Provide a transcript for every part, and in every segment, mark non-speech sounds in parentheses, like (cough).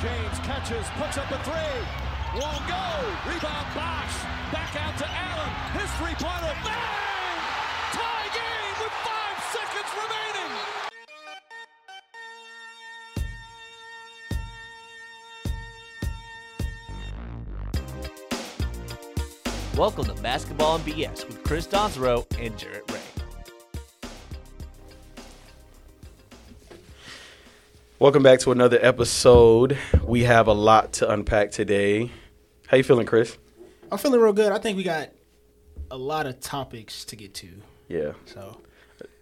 James catches, puts up a three. Won't go. Rebound box. Back out to Allen. His three-pointer. Bang! Tie game with five seconds remaining. Welcome to Basketball and BS with Chris Donsorow and Jarrett Ray. Welcome back to another episode. We have a lot to unpack today. How you feeling, Chris? I'm feeling real good. I think we got a lot of topics to get to. Yeah. So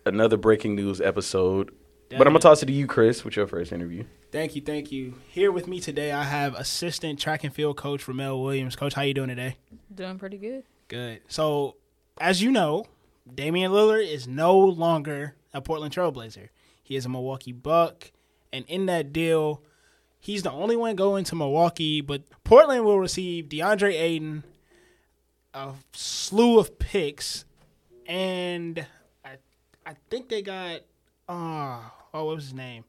Another breaking news episode. But I'm gonna toss it to you, Chris, with your first interview. thank you, thank you. Here with me today, I have assistant track and field coach Ramel Williams. Coach, how you doing today? Doing pretty good. Good. So as you know, Damian Lillard is no longer a Portland Trailblazer. He is a Milwaukee Buck, and in that deal, he's the only one going to Milwaukee. But Portland will receive DeAndre Ayton, a slew of picks, and I I think they got oh oh what was his name?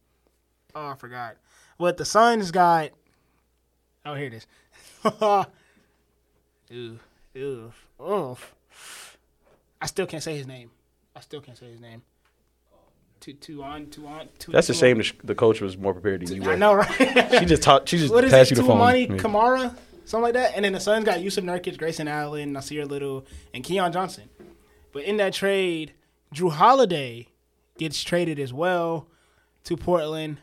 Oh I forgot. But the Suns got oh here it is. (laughs) Ooh, ooh, oof. I still can't say his name. I still can't say his name. Two, two on, two on, two. That's a two shame. The, sh- the coach was more prepared than you On. I were. know, right? She just taught. She just what is passed it? you the phone. Money, Yeah. Kamara, something like that. And then the Suns got Yusuf Nurkic, Grayson Allen, Nasir Little, and Keon Johnson. But in that trade, Drew Holiday gets traded as well to Portland.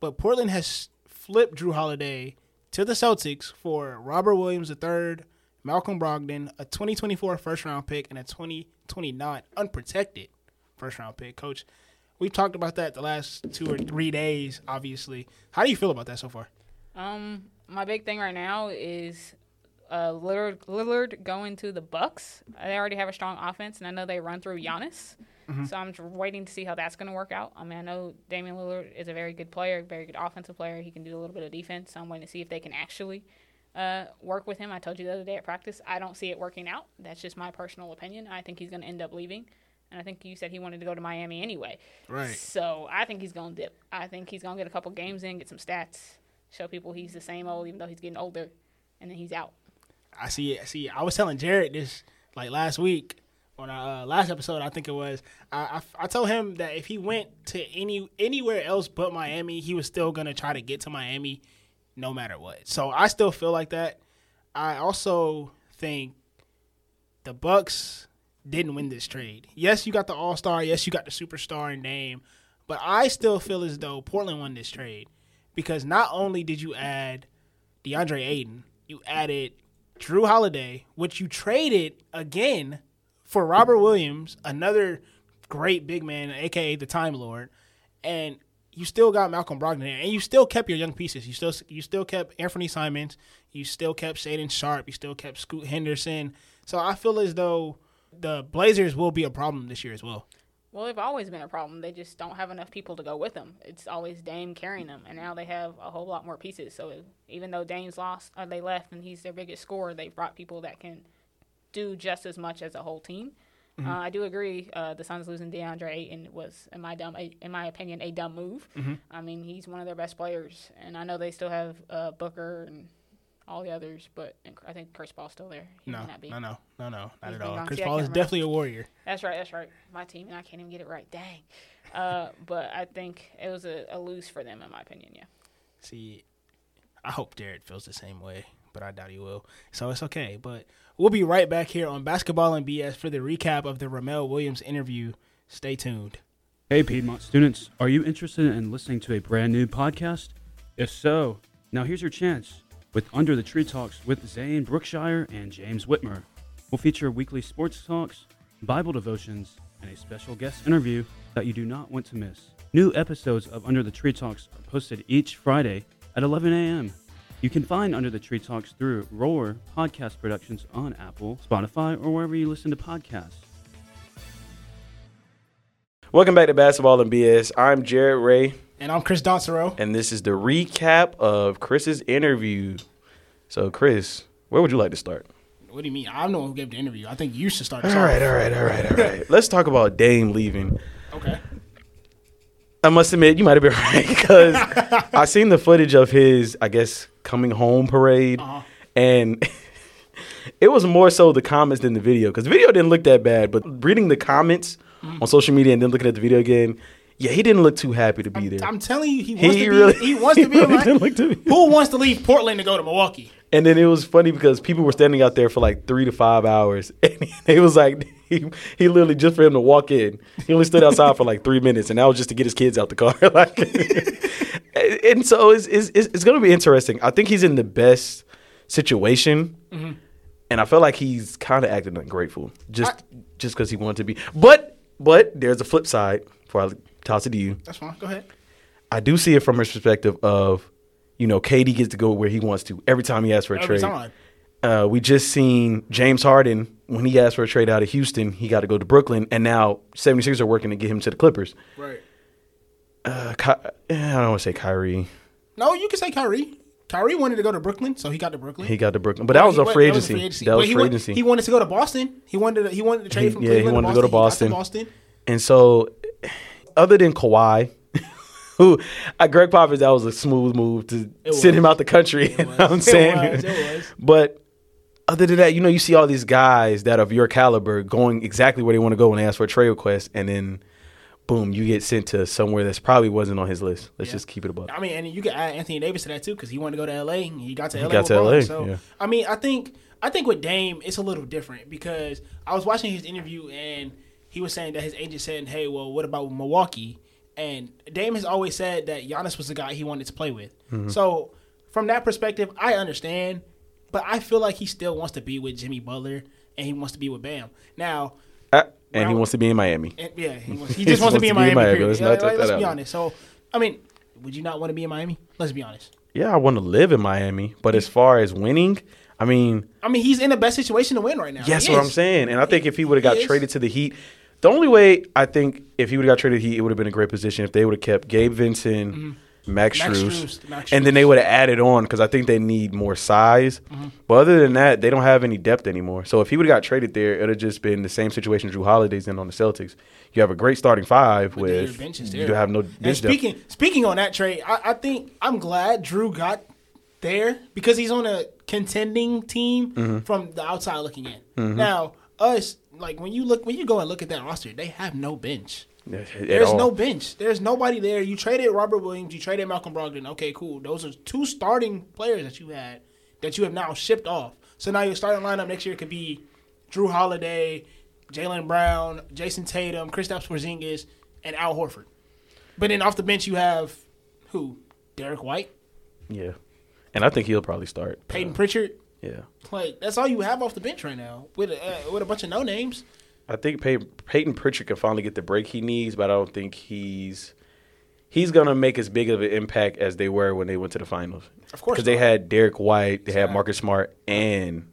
But Portland has flipped Drew Holiday to the Celtics for Robert Williams III, Malcolm Brogdon, a 2024 first round pick, and a 2029 unprotected first round pick. Coach, we've talked about that the last two or three days, obviously. How do you feel about that so far? Um, my big thing right now is uh, Lillard, Lillard going to the Bucks. They already have a strong offense, and I know they run through Giannis. So I'm just waiting to see how that's going to work out. I mean, I know Damian Lillard is a very good player, very good offensive player. He can do a little bit of defense. So I'm waiting to see if they can actually uh, work with him. I told you the other day at practice, I don't see it working out. That's just my personal opinion. I think he's going to end up leaving. And I think you said he wanted to go to Miami anyway. Right. So I think he's gonna dip. I think he's gonna get a couple games in, get some stats, show people he's the same old, even though he's getting older, and then he's out. I see it. I see. it. I was telling Jared this like last week on our uh, last episode. I think it was. I, I I told him that if he went to any anywhere else but Miami, he was still gonna try to get to Miami, no matter what. So I still feel like that. I also think the Bucks didn't win this trade. Yes, you got the All Star. Yes, you got the superstar in name, but I still feel as though Portland won this trade because not only did you add DeAndre Ayton, you added Drew Holiday, which you traded again for Robert Williams, another great big man, aka the Time Lord, and you still got Malcolm Brogdon there, and you still kept your young pieces. You still you still kept Anthony Simons, you still kept Shaden Sharp, you still kept Scoot Henderson. So I feel as though the Blazers will be a problem this year as well. Well, they've always been a problem. They just don't have enough people to go with them. It's always Dame carrying them, and now they have a whole lot more pieces. So even though Dame's lost, or they left, and he's their biggest scorer, they've brought people that can do just as much as a whole team. Uh, I do agree. Uh, the Suns losing DeAndre Ayton was, in my dumb, in my opinion, a dumb move. I mean, he's one of their best players, and I know they still have uh, Booker and all the others, but and I think Chris Paul's still there. He No, may not be. no, no, no, no, not He's at been all. gone. Chris See, I Paul can't is remember. definitely a warrior. That's right. That's right. My team, and I can't even get it right. Dang. Uh, but I think it was a, a lose for them, in my opinion. Yeah. See, I hope Jared feels the same way, but I doubt he will. So it's okay. But we'll be right back here on Basketball and BS for the recap of the Ramel Williams interview. Stay tuned. Hey, Piedmont students, are you interested in listening to a brand new podcast? If so, now here's your chance with Under the Tree Talks with Zane Brookshire and James Whitmer. We'll feature weekly sports talks, Bible devotions, and a special guest interview that you do not want to miss. New episodes of Under the Tree Talks are posted each Friday at 11 a.m. You can find Under the Tree Talks through Roar Podcast Productions on Apple, Spotify, or wherever you listen to podcasts. Welcome back to Basketball and BS. I'm Jared Ray, And I'm Chris Donsero. and this is the recap of Chris's interview. So, Chris, where would you like to start? What do you mean? I'm the one who gave the interview. I think you should start. All (laughs) All right, all right, all right, all right. Let's talk about Dame leaving. Okay. I must admit, you might have been (laughs) right because I seen the footage of his, I guess, coming home parade, Uh-huh. and (laughs) it was more so the comments than the video because the video didn't look that bad. But reading the comments Mm. on social media and then looking at the video again, yeah, he didn't look too happy to be there. I'm telling you, he wants He to be. really- he wants to (laughs) be. he in really my- didn't look to be- Who wants to leave Portland to go to Milwaukee? And then it was funny because people were standing out there for like three to five hours, (laughs) and it was like he, he literally just for him to walk in, he only stood outside for like three minutes, and that was just to get his kids out the car. (laughs) like, and- and so it's it's, it's, it's going to be interesting. I think he's in the best situation, and I feel like he's kind of acting ungrateful just just because he wanted to be. But but there's a flip side. Before I toss it to you, That's fine. Go ahead. I do see it from his perspective of, you know, KD gets to go where he wants to every time he asks for a Every trade. time. Uh, we just seen James Harden when he asked for a trade out of Houston, he got to go to Brooklyn, and now 76ers are working to get him to the Clippers. Right. Uh, Ky- eh, I don't want to say Kyrie. No, you can say Kyrie. Kyrie wanted to go to Brooklyn, so he got to Brooklyn. He got to Brooklyn, but that was He a went- free that was agency. That But was he free went- agency. He wanted to go to Boston. He wanted to, he wanted to trade He- from yeah, he Cleveland wanted to go to Boston. He got Boston. to Boston. And so, other than Kawhi, (laughs) who uh, Greg Popovich, that was a smooth move to send him out the country. (laughs) you know what I'm It saying, was, it was. but other than that, you know, you see all these guys that of your caliber going exactly where they want to go and ask for a trade request, and then boom, you get sent to somewhere that's probably wasn't on his list. Let's just keep it above. I mean, and you could add Anthony Davis to that too because he wanted to go to LA. And he got to LA. got with to Bron. LA, So yeah. I mean, I think I think with Dame it's a little different because I was watching his interview and he was saying that his agent said, "Hey, well, what about Milwaukee?" And Dame has always said that Giannis was the guy he wanted to play with. So from that perspective, I understand, but I feel like he still wants to be with Jimmy Butler and he wants to be with Bam. Now, Uh, and he Brown- wants to be in Miami. and- yeah, he, wants, (laughs) he just wants to be in Miami. period. Let's Let's, not like, take that let's out. be honest. So, I mean, would you not want to be in Miami? Let's be honest. Yeah, I want to live in Miami, but as far as winning, I mean, I mean, he's in the best situation to win right now. Yes, He what is. I'm saying. And I think if he would have got He is. traded to the Heat, the only way I think if he would have got traded to the Heat, it would have been a great position if they would have kept Gabe Vincent, Max, Mm-hmm. Max Strus, Strus, Max and then they would have added on because I think they need more size. Mm-hmm. But other than that, they don't have any depth anymore. So if he would have got traded there, it would have just been the same situation Drew Holiday's in on the Celtics. You have a great starting five But their with bench is you terrible. have no And bench depth. speaking speaking on that trade, I, I think I'm glad Drew got there because he's on a contending team Mm-hmm. from the outside looking in. Now, us like when you look when you go and look at that roster, they have no bench. at- at There's all. no bench. There's nobody there. You traded Robert Williams. You traded Malcolm Brogdon. Okay, cool. Those are two starting players that you had that you have now shipped off. So now your starting lineup next year could be Drew Holiday, Jalen Brown, Jason Tatum, Kristaps Porzingis, and Al Horford. But then off the bench you have who? Derek White, Yeah. And I think he'll probably start. Peyton Pritchard. Yeah. Like that's all you have off the bench right now with uh, with a bunch of no names. I think Pey- Peyton Pritchard can finally get the break he needs, but I don't think he's he's gonna make as big of an impact as they were when they went to the finals. Of course because they not. had Derek White, they had Marcus Smart, and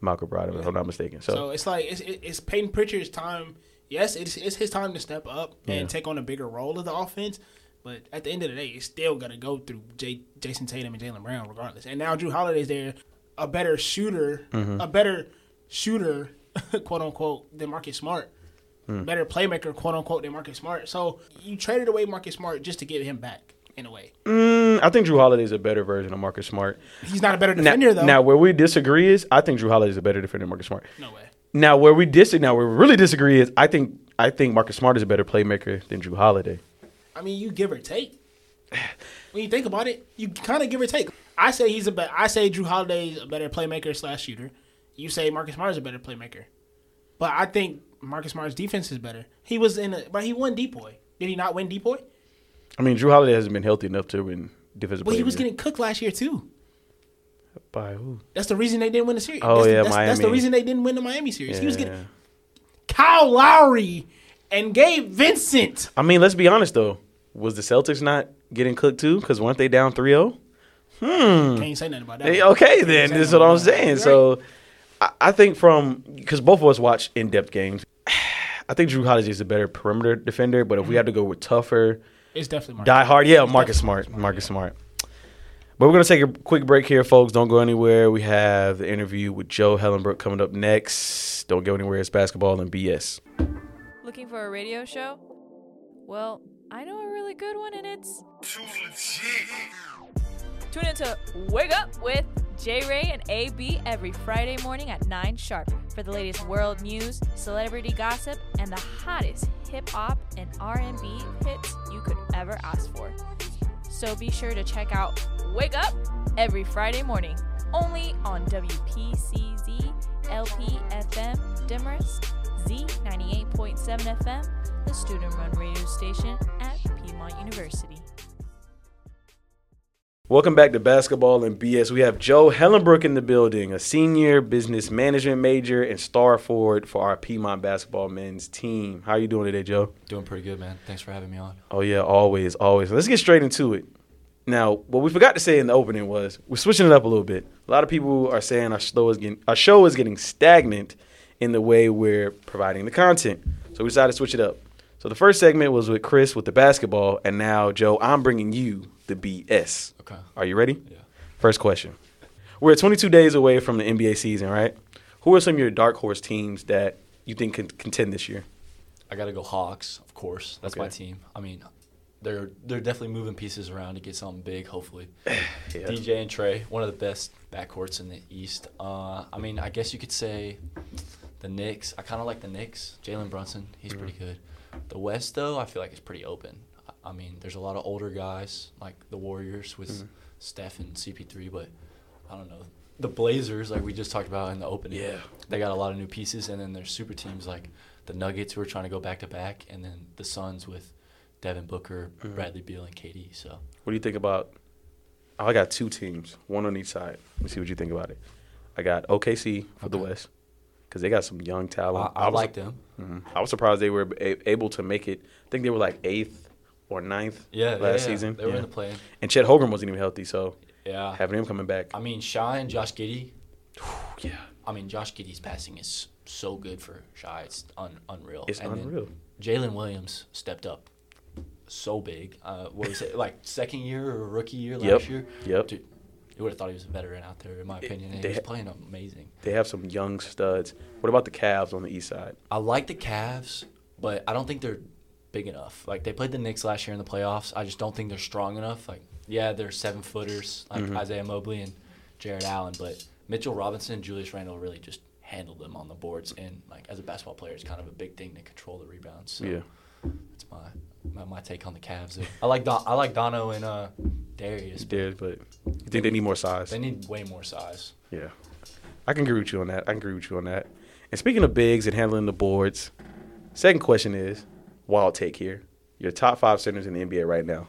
Malcolm Brogdon, if I'm not mistaken. So, So it's like it's, it- it's Peyton Pritchard's time. Yes, it's it's his time to step up and take on a bigger role of the offense. But at the end of the day, it's still gonna go through J, Jason Tatum and Jalen Brown regardless. And now Drew Holiday's there, a better shooter, Mm-hmm. a better shooter, (laughs) quote unquote, than Marcus Smart. Hmm. Better playmaker, quote unquote, than Marcus Smart. So you traded away Marcus Smart just to get him back in a way. Mm, I think Drew Holiday is a better version of Marcus Smart. He's not a better Now, defender though. now, where we disagree is, I think Drew Holiday is a better defender than Marcus Smart. no way. Now, where we dis now where we really disagree is, I think I think Marcus Smart is a better playmaker than Drew Holiday. I mean, you give or take. When you think about it, you kind of give or take. I say he's a better. I say Drew Holiday is a better playmaker slash shooter. You say Marcus Smart is a better playmaker, but I think Marcus Smart's defense is better. He was in, a, but he won Depoy. Did he not win Depoy? I mean, Drew Holiday hasn't been healthy enough to win defensive. Well, he player of was the year. getting cooked last year too. by who? That's the reason they didn't win the series. Oh, that's the, yeah, that's, that's the Miami. reason they didn't win the Miami series. He was Yeah. getting Kyle Lowry and Gabe Vincent. I mean, let's be honest though. Was the Celtics not getting cooked too? Because weren't they down 3-0? Can't say nothing about that. Hmm. Hey, okay, then say that's no what I'm about that. saying. You're So, I, I think from because both of us watch in depth games. (sighs) I think Drew Holiday is a better perimeter defender, but if we had to go with tougher, It's definitely Marcus. die hard, yeah, Marcus Smart, Marcus Smart. But we're gonna take a quick break here, folks. Don't go anywhere. We have the interview with Joe Hellenbrook coming up next. Don't go anywhere. It's basketball and BS. Looking for a radio show? Well, I know a really good one, and it's Too legit. tune into Wake Up with J Ray and AB every Friday morning at 9 sharp for the latest world news, celebrity gossip, and the hottest hip hop and R&B hits you could ever ask for. So be sure to check out Wake Up every Friday morning, only on WPCZ LPFM Demers Z98.7 FM, the student run radio station at Piedmont University. Welcome back to Basketball and BS. We have Joe Hellenbrook in the building, a senior business management major and star forward for our Piedmont basketball men's team. How are you doing today, Joe? Doing pretty good, man. Thanks for having me on. Oh yeah, always, always. Let's get straight into it. Now, what we forgot to say in the opening was we're switching it up a little bit. A lot of people are saying our show is getting our show is getting stagnant in the way we're providing the content. So we decided to switch it up. So the first segment was with Chris with the basketball, and now Joe, I'm bringing you the BS. Okay. Are you ready? Yeah. First question. We're 22 days away from the NBA season, right? Who are some of your dark horse teams that you think can contend this year? I got to go Hawks, of course. That's my Okay. team. I mean, they're they're definitely moving pieces around to get something big, hopefully. (sighs) Yeah. DJ and Trey, one of the best backcourts in the East. Uh, I mean, I guess you could say the Knicks. I kind of like the Knicks. Jalen Brunson, he's Mm-hmm. pretty good. The West, though, I feel like it's pretty open. I- I mean, there's a lot of older guys like the Warriors Mm-hmm. with Steph and CP3, but I don't know. The Blazers, like we just talked about in the opening, Yeah. they got a lot of new pieces, and then there's super teams like the Nuggets who are trying to go back to back, and then the Suns with Devin Booker, Mm-hmm. Bradley Beal, and KD. So What do you think about? Oh, I got two teams, one on each side. Let me see what you think about it. I got OKC for the Okay. West because they got some young I, talent. I was, like them. Mhm. I was surprised they were a- able to make it. I think they were like eighth or ninth Yeah, yeah, last yeah. season. they were Yeah. in the play. And Chet Holmgren wasn't even healthy, so Yeah, having him coming back. I mean, Shy and Josh Giddy. yeah. I mean, Josh Giddy's passing is so good for Shy. It's un- unreal. It's then unreal. Jalen Williams stepped up so big. Uh, what was it like second year or rookie year last Yep, year? yep. Dude, you would have thought he was a veteran out there, in my opinion. And they he was ha- playing amazing. They have some young studs. What about the Cavs on the east side? I like the Cavs, but I don't think they're big enough. Like they played the Knicks last year in the playoffs. I just don't think they're strong enough. Like yeah, they're seven footers like Isaiah Mobley and Jared Allen, but Mitchell Robinson and Julius Randle really just handled them on the boards. And like as a basketball player, it's kind of a big thing to control the rebounds. So Yeah. that's my, my my take on the Cavs. there. I like Don, I like Dono and uh, Darius. but There, but you think they need more size? They need way more size. Yeah. I can agree with you on that. I can agree with you on that. And speaking of bigs and handling the boards, second question is wild take here. Your top five centers in the NBA right now.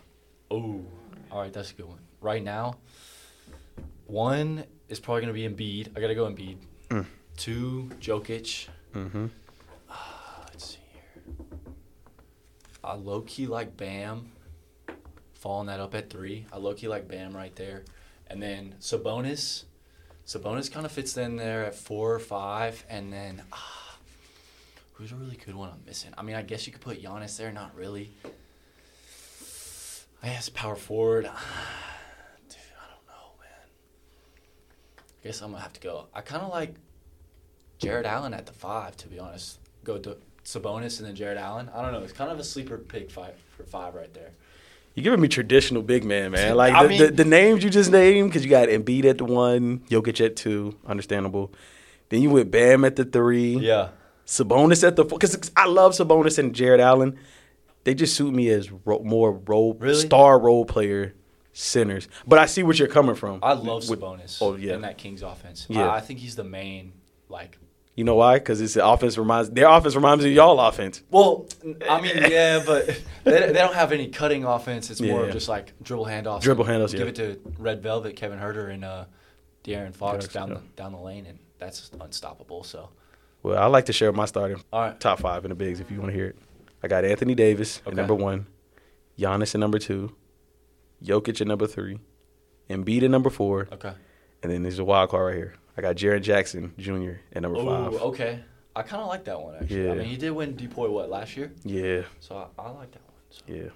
Oh, all right, that's a good one. Right now, one is probably going to be Embiid. I got to go Embiid. Two, Jokic. Mm-hmm. let's see here. I low key like Bam, following that up at three. I low key like Bam right there, and then Sabonis. Sabonis kind of fits in there at four or five, and then ah, who's a really good one I'm missing? I mean, I guess you could put Giannis there, not really. I guess power forward. Dude, I don't know, man. I guess I'm gonna have to go. I kind of like Jared Allen at the five, to be honest. Go to Sabonis and then Jared Allen. I don't know. It's kind of a sleeper pick five for five right there. You're giving me traditional big man, (laughs) man. Like I the, the, mean- the names you just named, because you got Embiid at the one, Jokic at two, understandable. Then you went Bam at the three. Yeah. Sabonis at the four. Because I love Sabonis and Jared Allen. They just suit me as ro- more role Really? star role player centers. But I see what you're coming from. I love With- Sabonis oh, yeah. in that Kings offense. Yeah. I, I think he's the main, like, You know why? Because it's the offense reminds their offense reminds me of y'all offense. Well, I mean, yeah, but they, they don't have any cutting offense. It's more Yeah. of just like dribble handoffs. Dribble handoffs, Give yeah. it to Red Velvet, Kevin Herter, and uh, De'Aaron Fox Fox, down yeah. the down the lane, and that's unstoppable. So, Well, I like to share my starting all right, top five in the bigs if you want to hear it. I got Anthony Davis at Okay. number one, Giannis at number two, Jokic at number three, Embiid at number four, okay, and then there's a wild card right here. I got Jaron Jackson Jr. at number Ooh, five. okay. I kind of like that one actually. I Yeah. mean, he did win Depoy what last year, Yeah. so I, I like that one. So. Yeah.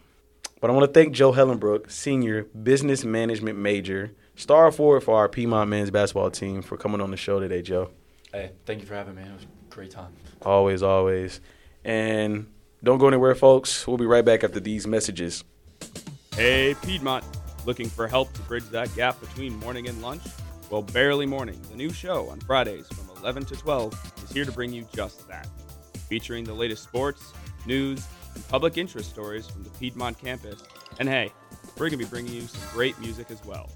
But I want to thank Joe Hellenbrook, senior business management major, star forward for our Piedmont men's basketball team, for coming on the show today, Joe. Hey, thank you for having me. It was a great time. Always, always. And Don't go anywhere, folks. We'll be right back after these messages. Hey, Piedmont. Looking for help to bridge that gap between morning and lunch? Well, Barely Morning, the new show on Fridays from 11 to 12, is here to bring you just that. Featuring the latest sports, news, and public interest stories from the Piedmont campus. And hey, we're going to be bringing you some great music as well.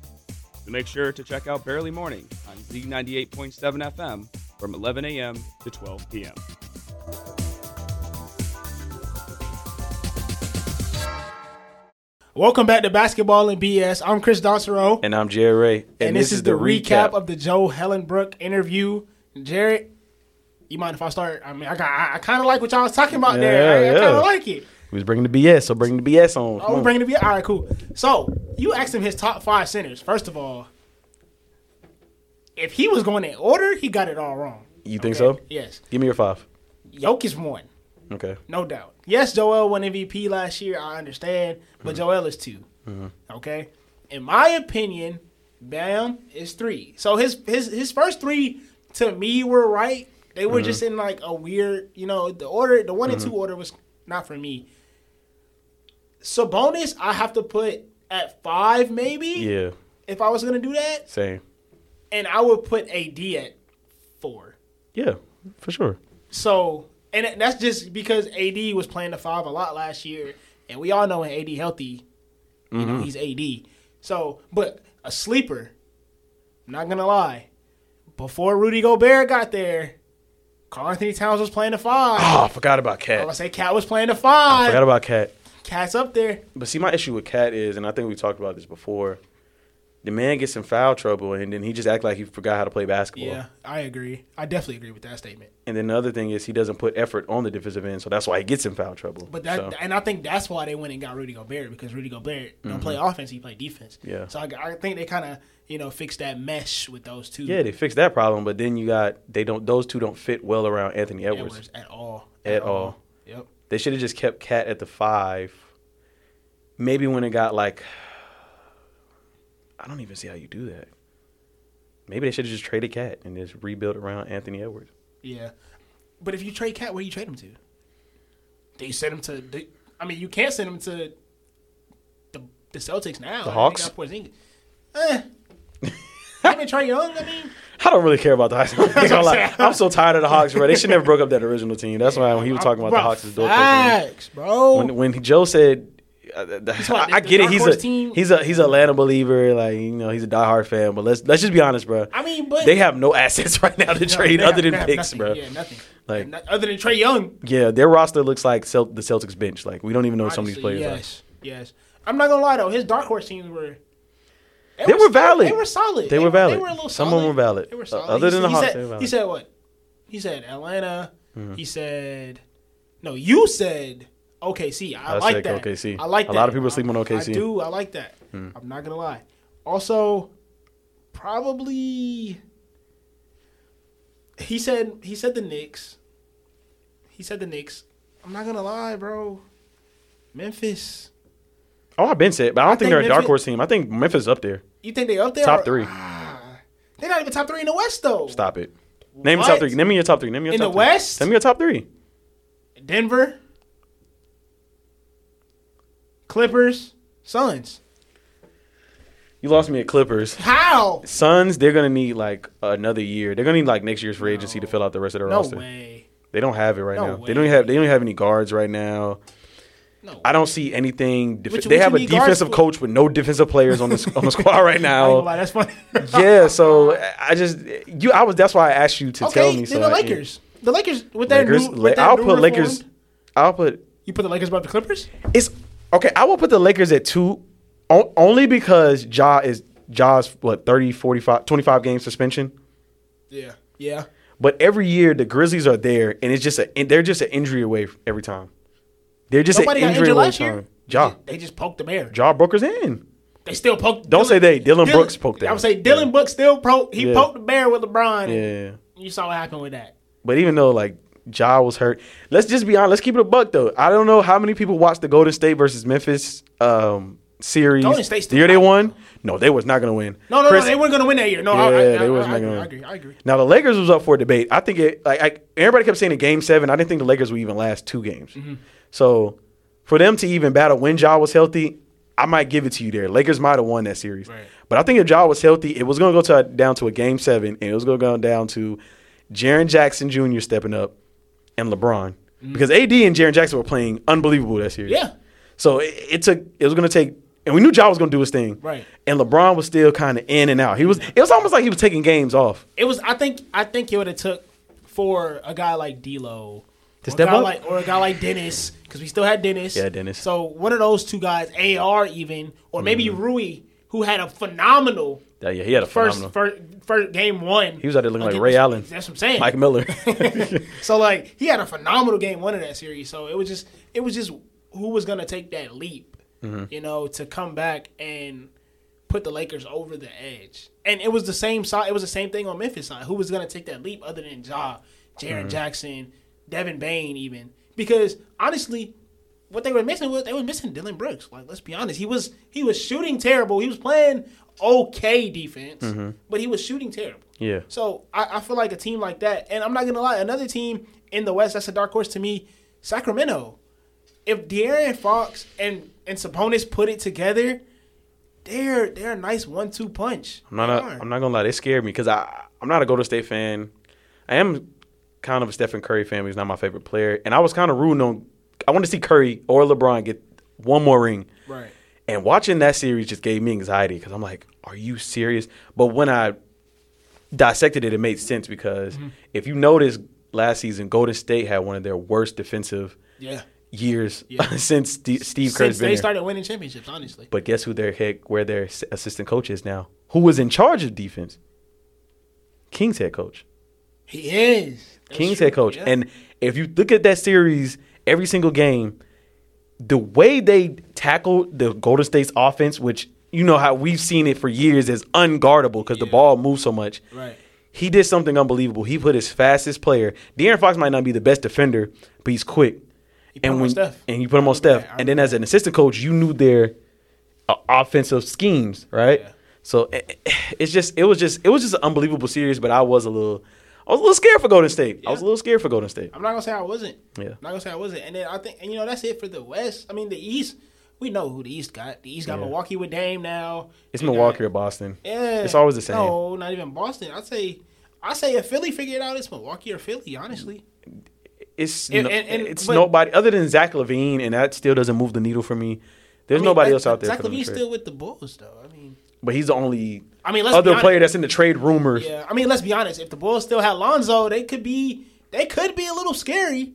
So make sure to check out Barely Morning on Z98.7 FM from 11 a.m. to 12 p.m. Welcome back to Basketball and BS. I'm Chris Donsero, And I'm Jerry Ray. And, and this, is, the recap of the Joe Hellenbrook interview. Jared, you mind if I start? I mean, I got, I, I kind of like what y'all was talking about there. I, Yeah, I kind yeah. of like it. We was bringing the BS, so bring the BS on. Come Oh, on. we're bringing it. All right, cool. So you asked him his top five centers. First of all, if he was going in order, he got it all wrong. you think Okay? so? Yes. Give me your five. Jokic won, Okay. no doubt. Yes, Joel won MVP last year. I understand, but Joel is 2 Okay. In my opinion, Bam is three. So his his his first three to me were right. They were just in like a weird, you know, the order, the one and two order was not for me. Sabonis, I have to put at five maybe. Yeah. if I was gonna do that, Same. and I would put AD at four. Yeah, for sure. So, and that's just because AD was playing the five a lot last year, and we all know when AD healthy, you Mm-hmm. know he's AD. So, but a sleeper, I'm not gonna lie. Before Rudy Gobert got there, Carl Anthony Towns was playing the five. Oh, I forgot about Ah, I Cat. was say Cat was playing the I forgot five. about Cat. Cat's up there. But see, my issue with Cat is, and I think we talked about this before, the man gets in foul trouble, and then he just act like he forgot how to play basketball. Yeah, I agree. I definitely agree with that statement. And then the other thing is, he doesn't put effort on the defensive end, so that's why he gets in foul trouble. But that So, and I think that's why they went and got Rudy Gobert because Rudy Gobert don't play offense; he play defense. Mm-hmm. Yeah. So I, I think they kind of you know fixed that mesh with those two. yeah, they fixed that problem, but then you got they don't those two don't fit well around Anthony Edwards. Edwards at all. At all. Yep. They should have just kept Cat at the five. Maybe when it got like, I don't even see how you do that. Maybe they should have just traded Cat and just rebuilt around Anthony Edwards. Yeah. But if you trade Cat, where you trade him to? Do you send him to? Do, I mean, you can't send him to the the Celtics now. The Hawks? Porzingis. (laughs) Eh. Him and Trey Young. I mean, I don't really care about the Hawks. (laughs) I'm, gonna lie. I'm so tired of the Hawks, bro. They should never broke up that original team. That's why when he was talking about bro, the Hawks as dope. facts, bro. When, when Joe said, I, I- I the get it. dark He's a horse team- he's a he's a Atlanta believer. Like you know, he's a diehard fan. But let's let's just be honest, bro. I mean, (laughs) but they have no assets right now to No, trade they other have- than they have picks, nothing. bro. Yeah, nothing. Like- Like other than Trey Young. Yeah, their roster looks like Cel- the Celtics bench. Like we don't even know who some of these Honestly, players Yes, yes. I'm not gonna lie though, his dark horse teams were. They, were valid. They were solid. They were valid. They were a little Some of them solid. were valid. They were Uh, solid. other He than said- the he Hawks, they said, were valid. he Mm-hmm. said what? He said Atlanta. He said, no, you said OKC. I, I like said that. OKC. I A like that. lot of people sleep on I- OKC. I do. I like that. Hmm. I'm not gonna lie. Also, probably. He said he said the Knicks. He said the Knicks. I'm not gonna lie, bro. Memphis. are. Oh, I've been said, but I don't think, think they're a dark Memphis- ah, horse team. I think Memphis up there, You think they up there? top or- three. They're not even top three in the West though. Stop it. Name your top What? three. Name me your top three. Name me your In top the three. West? Name me your top three. Denver, Clippers, Suns. You lost me at Clippers. How? Suns, they're gonna need like another year. They're gonna need like next year's free agency to fill out the rest of their No roster. way. They don't have it right No now. way. They don't have. They don't have any guards right now. No. I don't see anything. Def- What you- they what have you a need guards defensive for? coach with no defensive players on the s- on (laughs) the squad right I ain't gonna now. lie, that's funny. (laughs) (laughs) yeah, so I- I just you. I was. That's why I asked you to tell okay, me. then so the I- Lakers. The Lakers with their Lakers. new. La- With their I'll new put reformed- Lakers. I'll put. You put the Lakers above the Clippers? It's okay. I will put the Lakers at two, on, only because Ja is Ja's what 30, 45, 25 game suspension. Yeah. Yeah. But every year the Grizzlies are there, and it's just a and they're just an injury away f- every time. They're just Nobody an got injury injured away last time. year. Ja, They just poked the air. Ja Booker's in. They still poked. Don't say they. Dylan Brooks poked the I air. would say Dylan Brooks still poked. He Yeah. poked the bear with LeBron. and Yeah, You saw what happened with that. but even though like Ja was hurt, let's just be honest. Let's keep it a buck though. I don't know how many people watched the Golden State versus Memphis um, series. Golden State the still year they not- won. No, they was not gonna win. No, no, Chris- no. They weren't going to win that year. No, Yeah, I, I, they I, was I, not agree, gonna I win. agree. I agree. Now the Mm-hmm. Lakers was up for a debate. I think it like I, everybody kept saying in Game Seven. I didn't think the Lakers would even last two games. So for them to even battle when Ja was healthy, I might give it to you there. Lakers might have won that series. But I think if Ja was healthy, it was going to go to down to a game seven, and it was going to go down to Jaron Jackson Jr. stepping up and LeBron. Because AD and Jaron Jackson were playing unbelievable that series. Mm. Yeah. So it, it took. It was going to take, and we knew Ja was going to do his thing. Right. And LeBron was still kind of in and out. He was. It was almost like he was taking games off. It was. I think. I think it would have took for a guy like D'Lo To or a step guy up? like, or a guy like Dennis, because we still had Dennis. Yeah, Dennis. So one of those two guys, AR even, or maybe Rui, who had a phenomenal Yeah, yeah, he had Mm-hmm. a phenomenal. first first, first game one. he was out there looking like against- Ray Allen, That's what I'm saying. Mike (laughs) Miller. So like he had a phenomenal game one in that series. So it was just it was just who was gonna take that leap, you know, to come back and put the Lakers over the edge. And it was the same side. It was the same thing on Memphis side. Who was gonna take that leap other than Ja, Jaron Jackson, Devin Bain, even because honestly. What they were missing was they were missing Dylan Brooks. Like, let's be honest, he was he was shooting terrible. He was playing okay defense, but he was shooting terrible. Yeah. So I, I feel like a team like that, and I'm not gonna lie, another team in the West that's a dark horse to me, Sacramento. If De'Aaron Fox and and Sabonis put it together, they're they're a nice one-two punch. I'm not. They A, are. I'm not gonna lie. They scared me because I. I'm not a Golden State fan. I am kind of a Stephen Curry fan. But he's not my favorite player, and I was kind of rooting on. I want to see Curry or LeBron get one more ring. Right. And watching that series just gave me anxiety because I'm like, are you serious? But when I dissected it, it made sense because Mm-hmm. if you notice last season, Golden State had one of their worst defensive Yeah. years Yeah. (laughs) since Steve, Steve Kerr's Since been they there. started winning championships, honestly. But guess who their head, where their s- assistant coach is now? Who was in charge of defense? Kings head coach. He is. That's Kings true. head coach. Yeah. And if you look at that series, every single game, the way they tackled the Golden State's offense, which you know how we've seen it for years, is unguardable because the ball moves so much. Right. He did something unbelievable. He put his fastest player. De'Aaron Fox might not be the best defender, but he's quick. put him on Steph. and you put him on Steph, that. I and then as an assistant coach, you knew their uh, offensive schemes, right? So eh, eh, it's just it was just it was just an unbelievable series, but I was a little I was a little scared for Golden State. I was a little scared for Golden State. I'm not gonna say I wasn't. Yeah. I'm not gonna say I wasn't. And then I think, and you know, that's it for the West. I mean, the East. We know who the East got. The East got Yeah. Milwaukee with Dame now. It's They got- Milwaukee or Boston. Yeah. It's always the same. No, not even Boston. I'd say I say if Philly figured it out, it's Milwaukee or Philly, honestly. It's And- no- and- and- it's but- nobody other than Zach Levine, and that still doesn't move the needle for me. There's nobody else out there. Zach for them to Levine's trade. still with the Bulls though. I mean but he's the only I mean, let's be other honest. player that's in the trade rumors. Yeah. I mean, let's be honest, if the Bulls still had Lonzo, they could be they could be a little scary.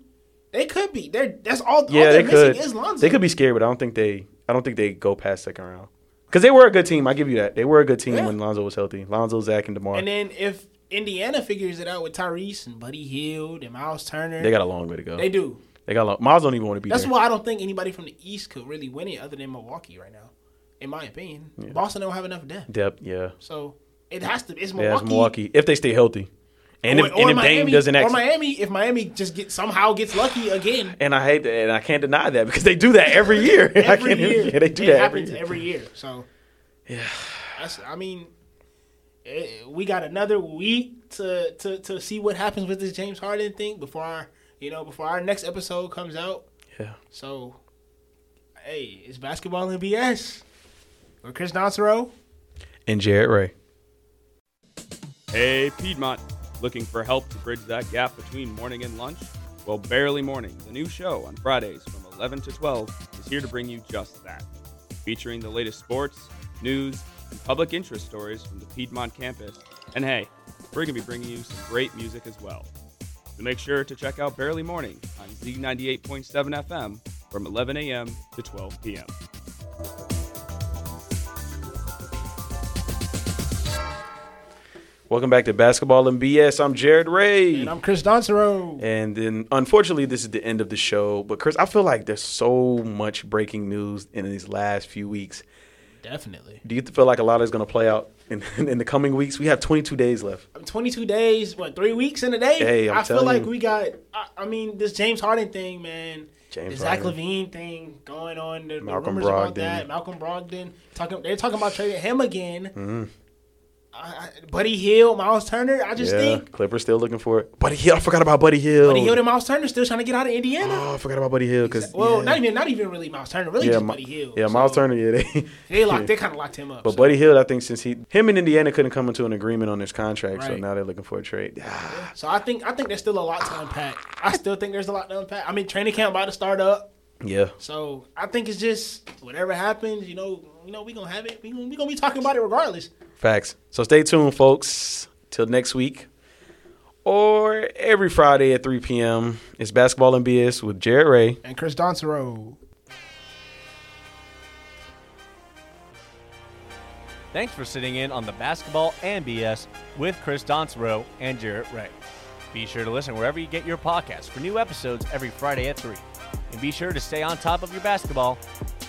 They could be. They're that's all, Yeah, all they they're could. missing is Lonzo. They could be scared, but I don't think they. I don't think they go past second round because they were a good team. I give you that. They were a good team Yeah. when Lonzo was healthy. Lonzo, Zach, and Demar. and then if Indiana figures it out with Tyrese and Buddy Hield and Miles Turner. they got a long way to go. they do. They got a long. Miles don't even want to be That's there. why I don't think anybody from the East could really win it other than Milwaukee right now. In my opinion. Boston don't have enough depth. Depth. Yeah. So it has to. It's Yeah. Milwaukee. It's Milwaukee if they stay healthy, and or- if or and if Dame Miami- doesn't or act. Miami, if Miami just get somehow gets lucky again And I hate that, and I can't deny that because they do that every year. (laughs) I every can't, year, yeah, they do it that every happens year. every year. So yeah, that's, I mean, eh, we got another week to, to to see what happens with this James Harden thing before our you know before our next episode comes out. Yeah. So, hey, it's basketball and BS. We're Chris Nonsero. And Jared Ray. Hey, Piedmont. Looking for help to bridge that gap between morning and lunch? Well, Barely Morning, the new show on Fridays from 11 to 12, is here to bring you just that. Featuring the latest sports, news, and public interest stories from the Piedmont campus. And hey, we're going to be bringing you some great music as well. So make sure to check out Barely Morning on Z98.7 FM from 11 a.m. to 12 p.m. Welcome back to Basketball and BS. I'm Jared Ray. And I'm Chris Nonsero. And then, unfortunately, this is the end of the show. But Chris, I feel like there's so much breaking news in these last few weeks. Definitely. Do you feel like a lot is going to play out in, (laughs) in the coming weeks? We have 22 days left. 22 days, what, three weeks in a day? Hey, I'm I feel telling like you. we got, I, I mean, this James Harden thing, man. James the Zach Harden. Levine thing going on. The, the Malcolm rumors Brogdon. Mm-hmm. about that. Malcolm Brogdon. Talking, they're talking about trading him again. I, I- Buddy Hill, Miles Turner. I just yeah, think Clippers still looking for it. Buddy Hill, I forgot about Buddy Hill. Buddy Hill and Miles Turner still trying to get out of Indiana. oh, I forgot about Buddy Hill because well, yeah, not even not even really Miles Turner. Really yeah, just Mi- Buddy Hill. yeah, Miles Turner, yeah, (laughs) they, They locked. yeah. They kind of locked him up. But so. Buddy Hill, I think since he him and Indiana couldn't come into an agreement on his contract, so Right. now they're looking for a trade. (sighs) So I think I think there's still a lot to unpack. I still think there's a lot to unpack. I mean, training camp about to start up, Yeah, so I think it's just whatever happens, you know, you know, we gonna have it. We gonna, we gonna be talking about it regardless. facts. So stay tuned, folks. Till next week, or every Friday at 3 p.m. It's basketball and BS with Jared Ray. And Chris Donsero. Thanks for sitting in on the Basketball and BS with Chris Donsrow and Jarrett Ray. Be sure to listen wherever you get your podcasts for new episodes every Friday at 3. And be sure to stay on top of your basketball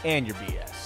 and your BS.